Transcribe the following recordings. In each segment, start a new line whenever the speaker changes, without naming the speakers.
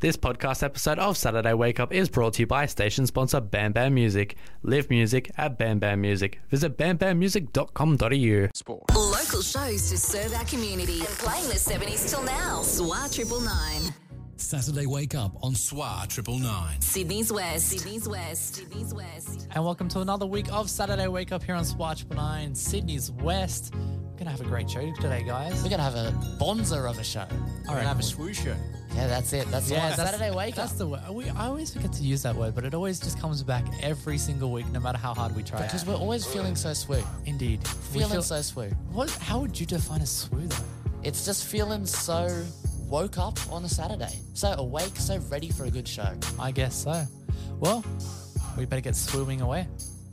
This podcast episode of Saturday Wake Up is brought to you by station sponsor Bam Bam Music. Live music at Bam Bam Music. Visit bambammusic.com.au.
Sport.
Local shows to serve our community and playing the 70s till now. SWA 999.
Saturday Wake Up on SWA Triple Nine.
Sydney's West. Sydney's West. Sydney's West.
And welcome to another week of Saturday Wake Up here on Swatch 9, Sydney's West. We're going to have a great show today, guys.
We're gonna have a bonzer of a show. We're gonna have a swoosh show. Yeah, that's it. That's yeah, Saturday wake
that's
up.
the word. We, I always forget to use that word, but it always just comes back every single week, no matter how hard we try.
Because
at
we're always feeling so swoo.
it. Indeed. We
Feeling
feel-
so swoo.
What, how would you define a swoo, though?
It's just feeling so woke up on a Saturday. So awake, so ready for a good show.
I guess so. Well, we better get swooing away.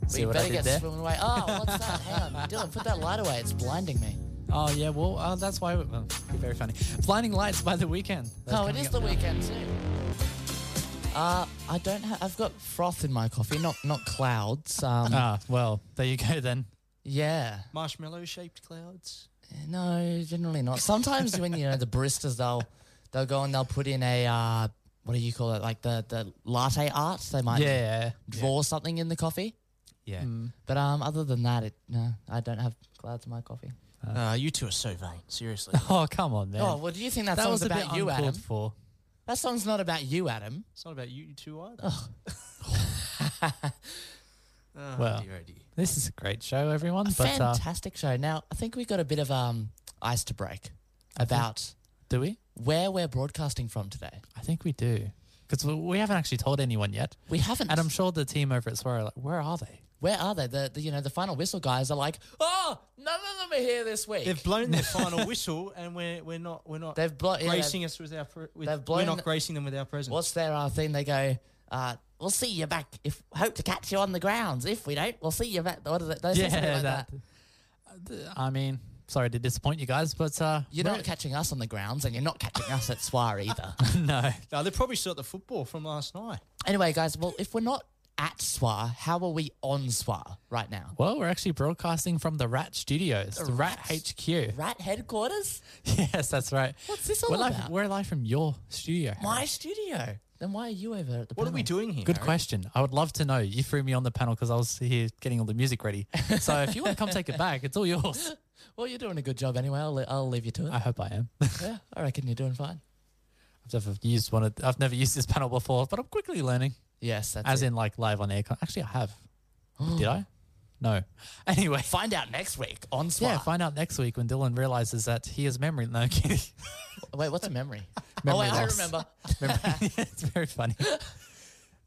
See
we
what I
better
did
get
there?
swimming away. Oh, what's that? Hang on. Dylan, put that light away. It's blinding me.
Oh, yeah, well, uh, that's why. We, well, very funny. Blinding Lights by the weekend. That's
oh, it
coming
is
up
the
now.
weekend too. Uh, I don't have. I've got froth in my coffee, not not clouds. Um,
Ah, well, there you go then.
yeah.
marshmallow shaped clouds.
No, generally not. Sometimes when you know the baristas, they'll they'll go and they'll put in a uh, what do you call it? Like the the latte art. They might
Yeah.
draw something in the coffee.
Yeah.
But um, other than that, it no, I don't have clouds in my coffee.
Uh, you two are so vain. Seriously.
Oh, come on, man.
Oh, well, do you think that,
that was
song's
a bit
about you,
uncalled
Adam?
for.
That song's not about you, Adam.
it's not about you two either. Oh,
Well,
dear, oh dear.
this is a great show, everyone.
A
But uh,
fantastic show. Now I think we got a bit of um ice to break about
do we?
where we're broadcasting from today.
I think we do. Because we, we haven't actually told anyone yet.
We haven't.
And I'm sure the team over at Swear are like, where are they?
where are they? The, the you know the final whistle guys are like, oh, none of them are here this week.
They've blown their final whistle, and we're we're not we're not
They've blo- yeah,
gracing
they've-
us with our pre- with,
they've blown
we're
the-
not gracing them with our presence.
what's their uh, thing? They go, uh, "We'll see you back. If hope to catch you on the grounds. If we don't, we'll see you back." What is it? They say something like that.
that- I mean, sorry to disappoint you guys, but uh,
You're not catching us on the grounds, and you're not catching us at Swar either.
no.
No, Uh, they probably saw the football from last night.
anyway, guys, well, if we're not at Swar, how are we on Swar right now?
Well, we're actually broadcasting from the Rat Studios, the Rat, HQ.
Rat headquarters,
Yes, that's right.
What's this all
we're live,
about?
We're live from your studio. Harry.
my studio. Then why are you over at the?
What are we
panel?
doing here?
Good
Harry?
question. I would love to know. You threw me on the panel because I was here getting all the music ready. So if you want to come take it back, it's all yours.
Well, you're doing a good job anyway. I'll, le- I'll leave you to it.
I hope I am. I've
yeah, I reckon you're doing fine.
never used one. Of, I've never used this panel before, but I'm quickly learning.
Yes, that's
As
it.
in, like live on aircon. Actually, I have. Did I? No. Anyway.
Find out next week on Swar.
Yeah, find out next week when Dylan realizes that he has memory. No, I'm kidding.
Wait, what's a memory?
Memory
oh, wait,
loss.
I remember.
Memory- it's very funny.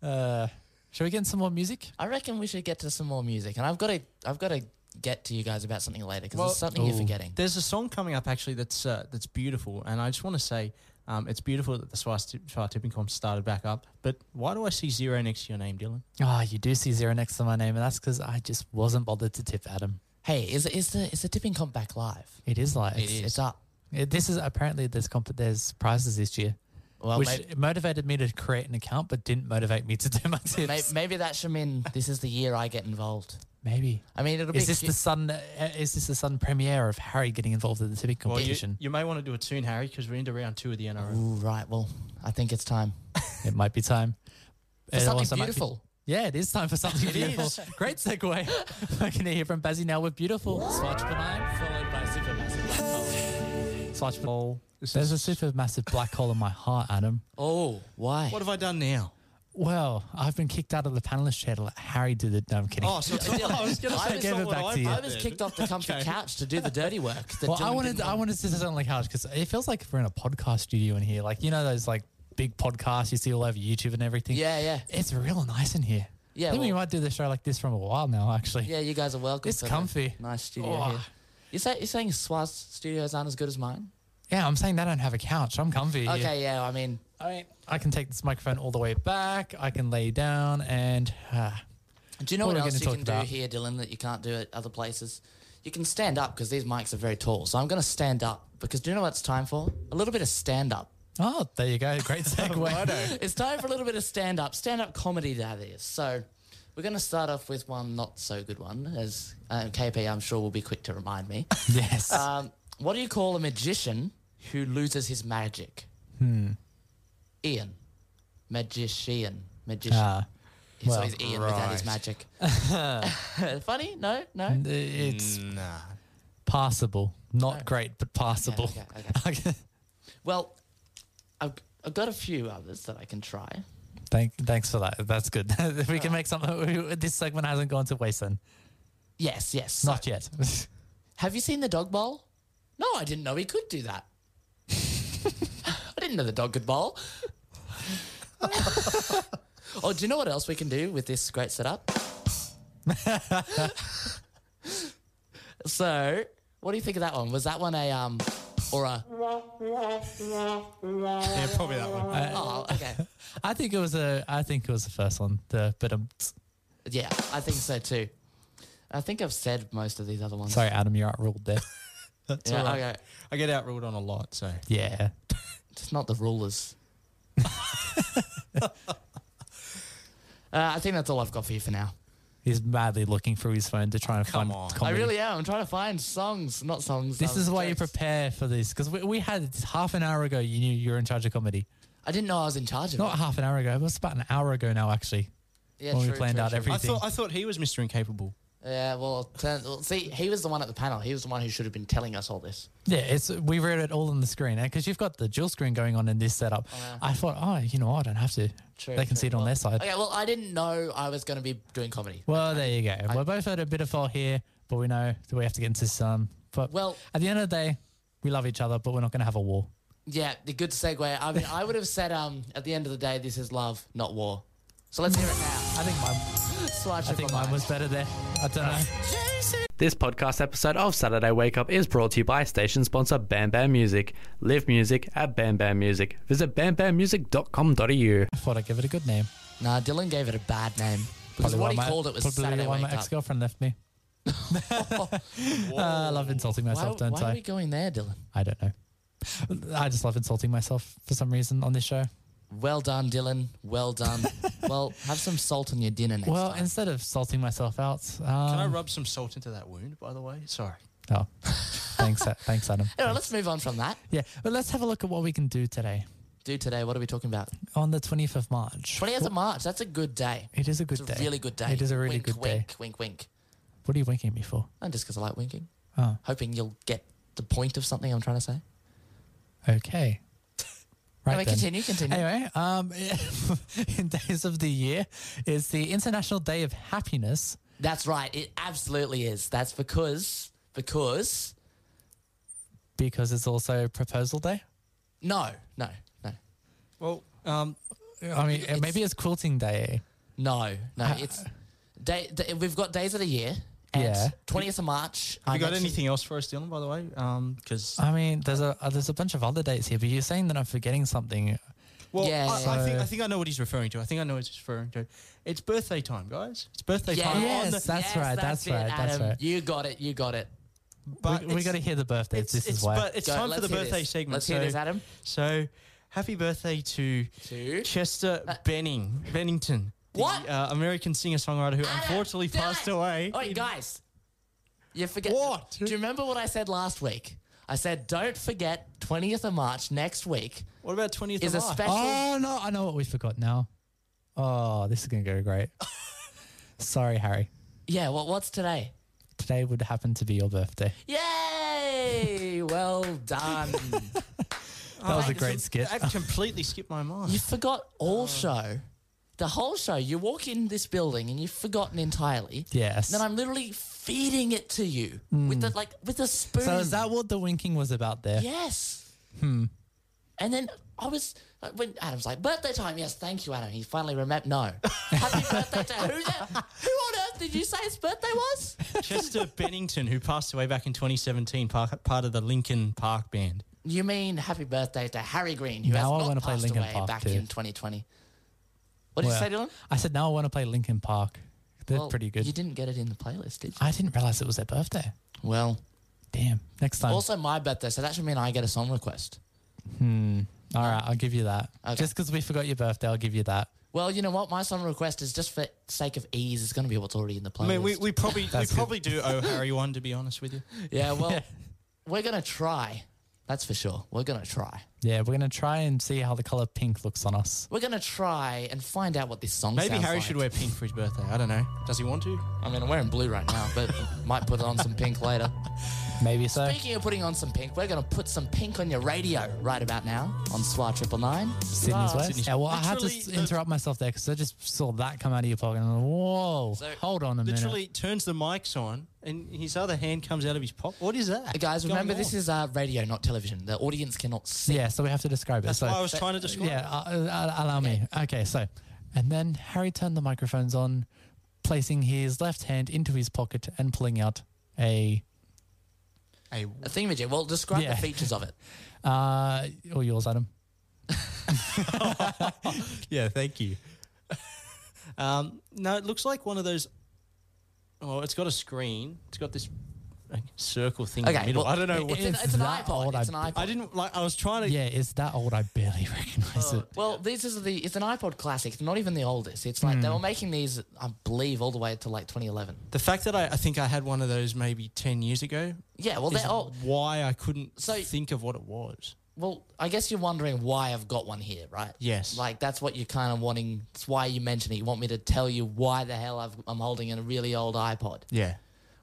Uh, shall we get in some more music?
I reckon we should get to some more music, and I've got to, I've got to get to you guys about something later because
Well-
there's something you're
Ooh.
forgetting.
There's a song coming up actually that's uh, that's beautiful, and I just want to say um, it's beautiful that the Swire Tipping Comp started back up. But why do I see zero next to your name, Dylan?
Ah, you do see zero next to my name, and that's because I just wasn't bothered to tip Adam.
Hey, is is the is the tipping comp back live?
It is like uh,
It's, it's up.
It- this is apparently there's comp- there's prizes this year,
Well,
which
maybe,
motivated me to create an account, but didn't motivate me to do my tips.
may, maybe that should mean this is the year I get involved.
Maybe.
I mean, it'll
Is
be
this the sudden? Uh, is this the sudden premiere of Harry getting involved in the tipping
Well, you,
competition?
you may want to do it soon, Harry, because we're into round two of the NRL.
Ooh, right. Well, I think it's time
it might be time.
for
It
something
also might be-
beautiful.
yeah, it is time for something beautiful. Great segue. We're going to hear from Bazzy now with beautiful. Swatch benign, followed by supermassive black hole. Swatch
Oh, this
There's a
is-
supermassive black hole in my heart, Adam.
Oh, why?
What have I done now?
Well, I've been kicked out of the panelist chair to let Harry do the. No, I'm kidding.
Oh, so it's not, I was going to
I just
say, it's not
gave it
what
back
I
to you.
I
thought
was
then.
kicked off the comfy
Okay.
couch to do the dirty work. that
well, I
Dylan
wanted
didn't
I
want.
wanted to sit on the couch because it feels like we're in a podcast studio in here. Like you know those like big podcasts you see all over YouTube and everything.
Yeah, yeah.
It's real nice in here.
Yeah,
I think we
well-
might do the show like this from a while now. Actually,
Yeah, you guys are welcome.
It's
to the
comfy.
Nice studio
Oh.
here. You say, you're saying Swaz studios aren't as good as mine?
Yeah, I'm saying they don't have a couch. I'm comfy. here.
Okay, yeah, I mean,
I mean, I can take this microphone all the way back. I can lay down and uh,
Do you know
What
what,
are we
else
gonna
you
talk
can
about?
do here, Dylan, that you can't do at other places? You can stand up because these mics are very tall. So I'm going to stand up because do you know what it's time for? A little bit of stand up.
oh, there you go. Great segue.
It's time for a little bit of stand up, stand up comedy that is. So we're going to start off with one not so good one, as uh, KP, I'm sure, will be quick to remind me.
yes.
um, what do you call a magician who loses his magic? Hmm. Ian. magician. Magician.
Ah,
He's
well,
always Ian without his magic. Funny? No, no.
It's
nah.
passable. Not great, but passable.
Okay, Well, I've, I've got a few others that I can try.
Thank, thanks for that. That's good. If we can make something. This segment hasn't gone to waste then.
Yes, yes.
Not yet.
Have you seen the dog bowl? No, I didn't know he could do that. I didn't know the dog could bowl. oh, do you know what else we can do with this great setup? so, what do you think of that one? Was that one a um or a
Yeah, probably that one.
oh okay
I think it was a. I think it was the first one. The um, bit of.
yeah I think so too. I think I've said most of these other ones.
Sorry, Adam, you're outruled there.
That's
Yeah,
all right.
okay.
I get outruled on a lot, so
Yeah.
It's not the rulers. uh, I think that's all I've got for you for now.
He's madly looking through his phone to try and
Come
find
on. I
comedy.
I really am. I'm trying to find songs, not songs.
This
um,
is why you
jokes.
prepare for this because we, we had half an hour ago. You knew you were in charge of comedy.
I didn't know I was in charge of
Not
it.
half an hour ago. It was about an hour ago now, actually.
Yeah,
when we planned out
I
everything.
thought I thought he was Mr. Incapable.
Yeah, well, turn, well, see, he was the one at the panel. He was the one who should have been telling us all this.
yeah, it's we read it all on the screen because you've got the dual screen going on in this setup. I thought, oh, you know, I don't have to.
True,
they can
true.
see it on
Well,
their side.
Okay, well, I didn't know I was going to be doing comedy.
Well, there you go. We're both at a bit of fault here, but we know that we have to get into some. But
Well-
at the end of the day, we love each other, but we're not going to have a war.
Yeah, the good segue. I mean, I would have said, um, at the end of the day, this is love, not war. So let's hear it now.
I think mine.
Slide
I think mine was better there. I don't know.
This podcast episode of Saturday Wake Up is brought to you by station sponsor Bam Bam Music. Live music at Bam Bam Music. Visit bambammusic.com.au.
I thought I'd give it a good name.
Nah, Dylan gave it a bad name because what
why
he
my-
called it was
probably
Saturday
why
Wake
my
Up.
ex-girlfriend left me. Ah, I love insulting
Why,
myself, don't
why
I?
are we going there, Dylan?
I don't know. I just love insulting myself for some reason on this show.
Well done, Dylan. Well done. well, have some salt on your dinner next
Well,
time.
instead of salting myself out, um,
Can I rub some salt into that wound, by the way? Sorry.
oh, thanks, A- thanks, Adam.
Anyway, let's move on from that.
Yeah, but let's have a look at what we can do today
Do today. What are we talking about?
on the 25th of March.
28th of March. That's a good day.
It is a good
It's a
day.
really good day.
It is a really
wink,
good
wink,
day.
Wink, wink, wink.
What are you winking at me for?
And just because I like winking.
Oh.
Hoping you'll get the point of something I'm trying to say.
Okay. Right
Anyway,
then.
continue, continue.
Anyway, um, in days of the year is the International Day of Happiness.
That's right. It absolutely is. That's because, because,
because it's also proposal day.
no, no, no,
Well, um,
I mean,
It's-
maybe it's quilting day.
no,
Uh,
no. It's day, day, we've got days of the year. And
Yeah.
20th of March.
have
I'm
you got
actually-
anything else for us, Dylan? By the way, Um, because
I mean, there's a uh, there's a bunch of other dates here, but you're saying that I'm forgetting something.
well,
Yeah.
I, I think
So-
I think I know what he's referring to. I think I know what he's referring to. It's birthday time, guys. It's birthday time.
Yes,
on the-
that's right, that's
it,
right, that's
Adam.
right.
You got it. You got it.
but
We, we
it's-
got to hear the birthdays.
It's,
this
it's-
is why.
But it's
Go,
time for
let's
the
hear
birthday
this.
segment.
Let's hear
so-
this, Adam.
So, happy birthday to,
To? Uh,
Chester Benning Bennington, the
What?
uh, American singer-songwriter who
Adam,
unfortunately
Dylan.
passed away.
Oi, guys. You forget.
What?
Do you remember what I said last week? I said, don't forget 20th of March next week
What about 20th
is
of
a
March?
special.
oh no, I know what we forgot now. Oh, this is gonna go great. Sorry, Harry.
Yeah, well, what's today?
Today would happen to be your birthday.
Yay! well done.
That was a great skit.
That completely skipped my mind.
you forgot all show. The whole show. You walk in this building and you've forgotten entirely.
Yes.
Then I'm literally feeding it to you with the, like with a spoon.
So is that what the winking was about there?
Yes. Hmm. And then I was like, when Adam's like birthday time. Yes, thank you, Adam. He finally remembered. No, happy birthday to who? The, who on earth did you say his birthday was?
Chester Bennington, who passed away back in 2017, part, part of the Lincoln Park Band.
You mean happy birthday to Harry Green, who
Now I
has
wanna
not
play
passed
Linkin
away
Park
back
too.
in 2020. What did
Well,
you say, Dylan?
I said now I want to play Linkin Park. They're
Well,
pretty good.
You didn't get it in the playlist, did you?
I didn't realize it was their birthday.
Well,
Damn. Next time.
also my birthday, so that should mean I get a song request.
All right, I'll give you that.
Okay.
Just because we forgot your birthday, I'll give you that.
Well, you know what? My song request is just for sake of ease. It's going to be what's already in the playlist.
I mean, we, we probably we
good.
probably do owe Harry one, to be honest with you.
Yeah, well, we're going to try. That's for sure. We're going to try.
Yeah, we're going to try and see how the color pink looks on us.
We're going to try and find out what this song
Maybe
sounds
Harry
like.
should wear pink for his birthday. I don't know. Does he want to?
I mean, I'm wearing blue right now, but might put on some pink later.
Maybe so.
Speaking of putting on some pink, we're going to put some pink on your radio right about now on SWA Triple Nine.
Sydney's West.
Sydney's
yeah, well, I had to
Literally
s-
the-
interrupt myself there because I just saw that come out of your pocket. And I'm like, Whoa,
So,
hold on a minute.
Literally turns the mics on and his other hand comes out of his pocket. What is that?
Guys,
What's
remember
going
this
on?
is uh, radio, not television. The audience cannot see.
Yeah, so we have to describe
That's
it. So,
why I was trying to describe.
yeah, uh, uh, allow me. Okay, so, and then Harry turned the microphones on, placing his left hand into his pocket and pulling out a.
Hey,
A thingamajig. Well, describe
Yeah.
the features of it.
Uh, or yours, Adam.
yeah, thank you. um, no, it looks like one of those. Oh, it's got a screen. It's got this like, circle thing in
Okay.
the middle.
well,
I don't know. What,
It's, an,
It's
it's an
that old,
iPod. It's an
I-
iPod.
I didn't like. I was trying to.
Yeah, it's that old. I barely recognize
Oh.
it.
Well, this is the it's an iPod classic. It's not even the oldest. It's like
Hmm.
they were making these, I believe, all the way to like 2011.
The fact that I, I think I had one of those maybe ten years ago.
Yeah, well,
is
they're old.
why I couldn't
So-
think of what it was.
Well, I guess you're wondering why I've got one here, right?
Yes.
Like that's what you're kind of wanting. That's why you mention it. You want me to tell you why the hell I've, I'm holding in a really old iPod.
Yeah.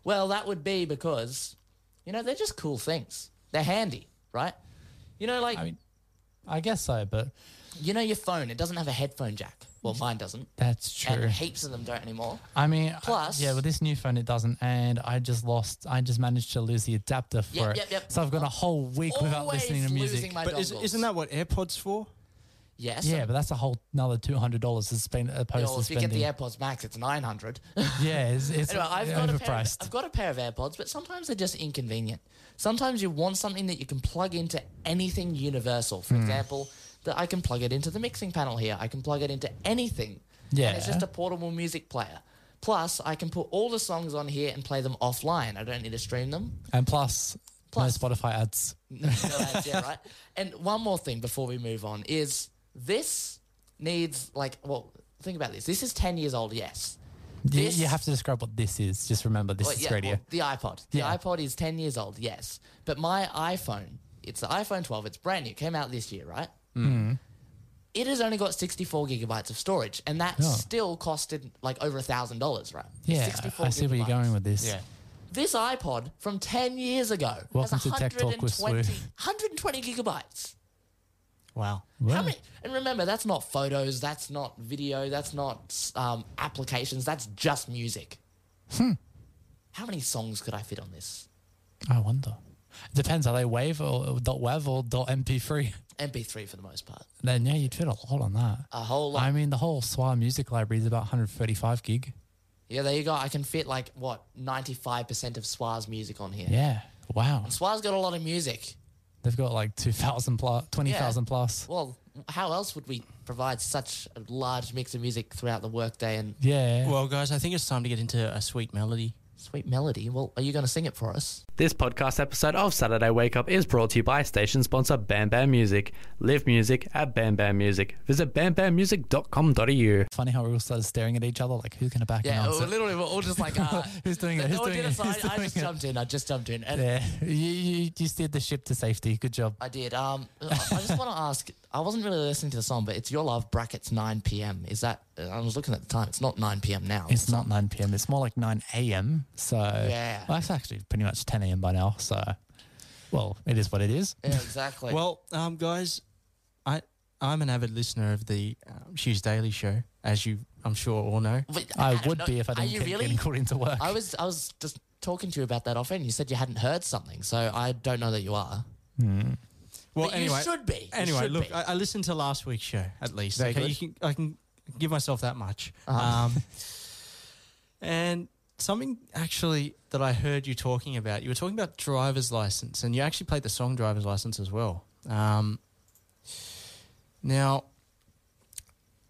Well, that would be because, you know, they're just cool things. They're handy, right? You know, like
I mean, I guess so, but
you know your phone. It doesn't have a headphone jack. Well, mine doesn't.
that's Mm-hmm. true.
And heaps of them don't anymore.
I mean, I-
Plus-
yeah, with this new phone, it doesn't. And I just lost, I just managed to lose the adapter for
Yep,
it.
yep, yep.
So I've gone a whole week without
Always
listening to music.
losing my
But is,
dongles.
isn't that what AirPods for?
yes?
yeah, but that's a whole another two hundred dollars has been opposed
Well,
to
if you get the
spending.
AirPods Max, it's nine hundred.
yeah, it's, it's
anyway, I've got, a pair of,
overpriced.
I've got a pair of AirPods, but sometimes they're just inconvenient. Sometimes you want something that you can plug into anything universal.
Hmm.
For example, that I can plug it into the mixing panel here. I can plug it into anything. And it's
Yeah.
just a portable music player. Plus, I can put all the songs on here and play them offline. I don't need to stream them.
and plus,
Plus-
no Spotify ads.
No, that's- yeah, right. And one more thing before we move on is this needs like well, think about this. This is ten years old, yes.
You,
This-
you have to describe what this is. Just remember, this
Well,
is
yeah,
radio.
well, the iPod. The
Yeah.
iPod is 10 years old, yes. But my iPhone, it's the iPhone 12. It's brand new. Came out this year, right? Mm.
Hmm.
It has only got 64 gigabytes of storage, and that
Oh.
still costed like over a thousand dollars, right?
yeah, I see where you're going with this.
Yeah.
This iPod from 10 years ago
Welcome
has
to Tech Talk with Sue.
120 120 gigabytes.
Wow.
Wow.
How many? And remember, that's not photos, that's not video, that's not um, applications, that's just music.
Hmm.
How many songs could I fit on this?
I wonder. Depends. Are they wave or dot wav or dot MP3?
MP3 for the most part.
Then yeah, you'd fit a lot on that.
A whole lot.
I mean, the whole Swa music library is about 135 gig.
yeah, there you go. I can fit like what 95% of Swa's music on here.
Yeah. Wow.
Swa's got a lot of music.
They've got like 2,000 plus, 20,000 plus.
Well, how else would we provide such a large mix of music throughout the workday and
Yeah.
Well, guys, I think it's time to get into a sweet melody.
sweet melody? Well, are you going to sing it for us?
This podcast episode of Saturday Wake Up is brought to you by station sponsor Bam Bam Music. Live music at Bam Bam Music. Visit bambammusic.com.au.
Funny how we all started staring at each other, like who's gonna back
Yeah,
announce
well,
it?
literally, we're all just like, uh,
Who's doing it?
no
Who's
one
doing
did
it?
so I,
Who's
I
doing
just
it?
jumped in. I just jumped in. And
Yeah, you, you you steered the ship to safety. Good job.
I did. Um, I I just want to ask. I wasn't really listening to the song, but it's Your Love brackets 9 p.m. Is that? I was looking at the time. It's not 9 p.m. now.
It's not 9 p.m. It's more like 9 a.m. So
Yeah.
well, that's actually pretty much 10 a.m. by now. So, well, it is what it is.
Yeah, exactly.
Well, um, guys, I I'm an avid listener of the um, Shoes Daily Show, as you I'm sure all know.
Wait,
I
Adam,
would
no-
be if I
are
didn't
you
keep
really?
getting called into work.
I was I was just talking to you about that off end. You said you hadn't heard something, so I don't know that you are.
Well,
But you should be. You
Anyway,
should
look,
be.
I, I listened to last week's show at least.
Very
okay,
good. Uh-huh.
you can I can give myself that much. Um, and something actually that I heard you talking about. You were talking about driver's license, and you actually played the song "Driver's License" as well. Um, now,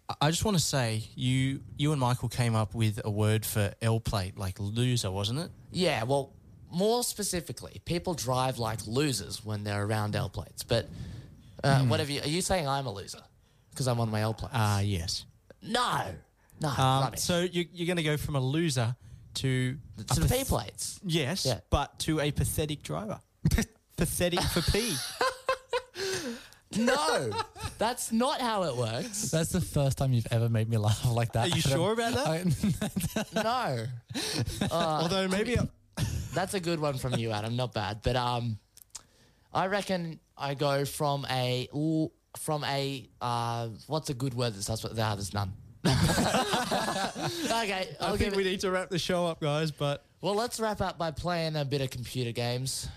I- I just want to say you you and Michael came up with a word for L plate, like loser, wasn't it?
Yeah, well, more specifically, people drive like losers when they're around L plates. But uh,
Hmm.
whatever you are you saying I'm a loser because I'm on my L plates?
Ah, yes.
no. No,
Um,
rubbish.
so you, you're going to go from a loser to
to the P plates.
Yes,
Yeah. Uh,
but to a pathetic driver. pathetic for P.
No, that's not how it works.
That's the first time you've ever made me laugh like that.
Are you
Adam.
sure about that?
No,
Although maybe I-
that's a good one from you, Adam. Not bad, but um, I reckon I go from a ooh, from a uh, what's a good word that starts with? Ah, there's none. okay, I'll
I
give
think we
it.
need to wrap the show up, guys. But
Well, let's wrap up by playing a bit of computer games.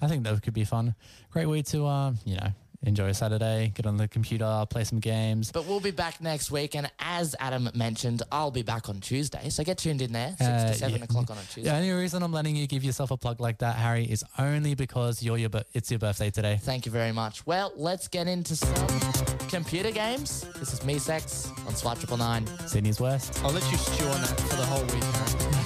I think that could be fun. Great way to, um, you know, enjoy a Saturday, get on the computer, play some games.
But we'll be back next week, and as Adam mentioned, I'll be back on Tuesday. So get tuned in there, six
Uh,
to seven
yeah.
o'clock on a Tuesday.
The only reason I'm letting you give yourself a plug like that, Harry, is only because you're your bir- it's your birthday today.
Thank you very much. Well, let's get into some computer games. This is Me Sex on Swipe Triple Nine.
Sydney's worst.
I'll let you stew on that for the whole week. Aaron.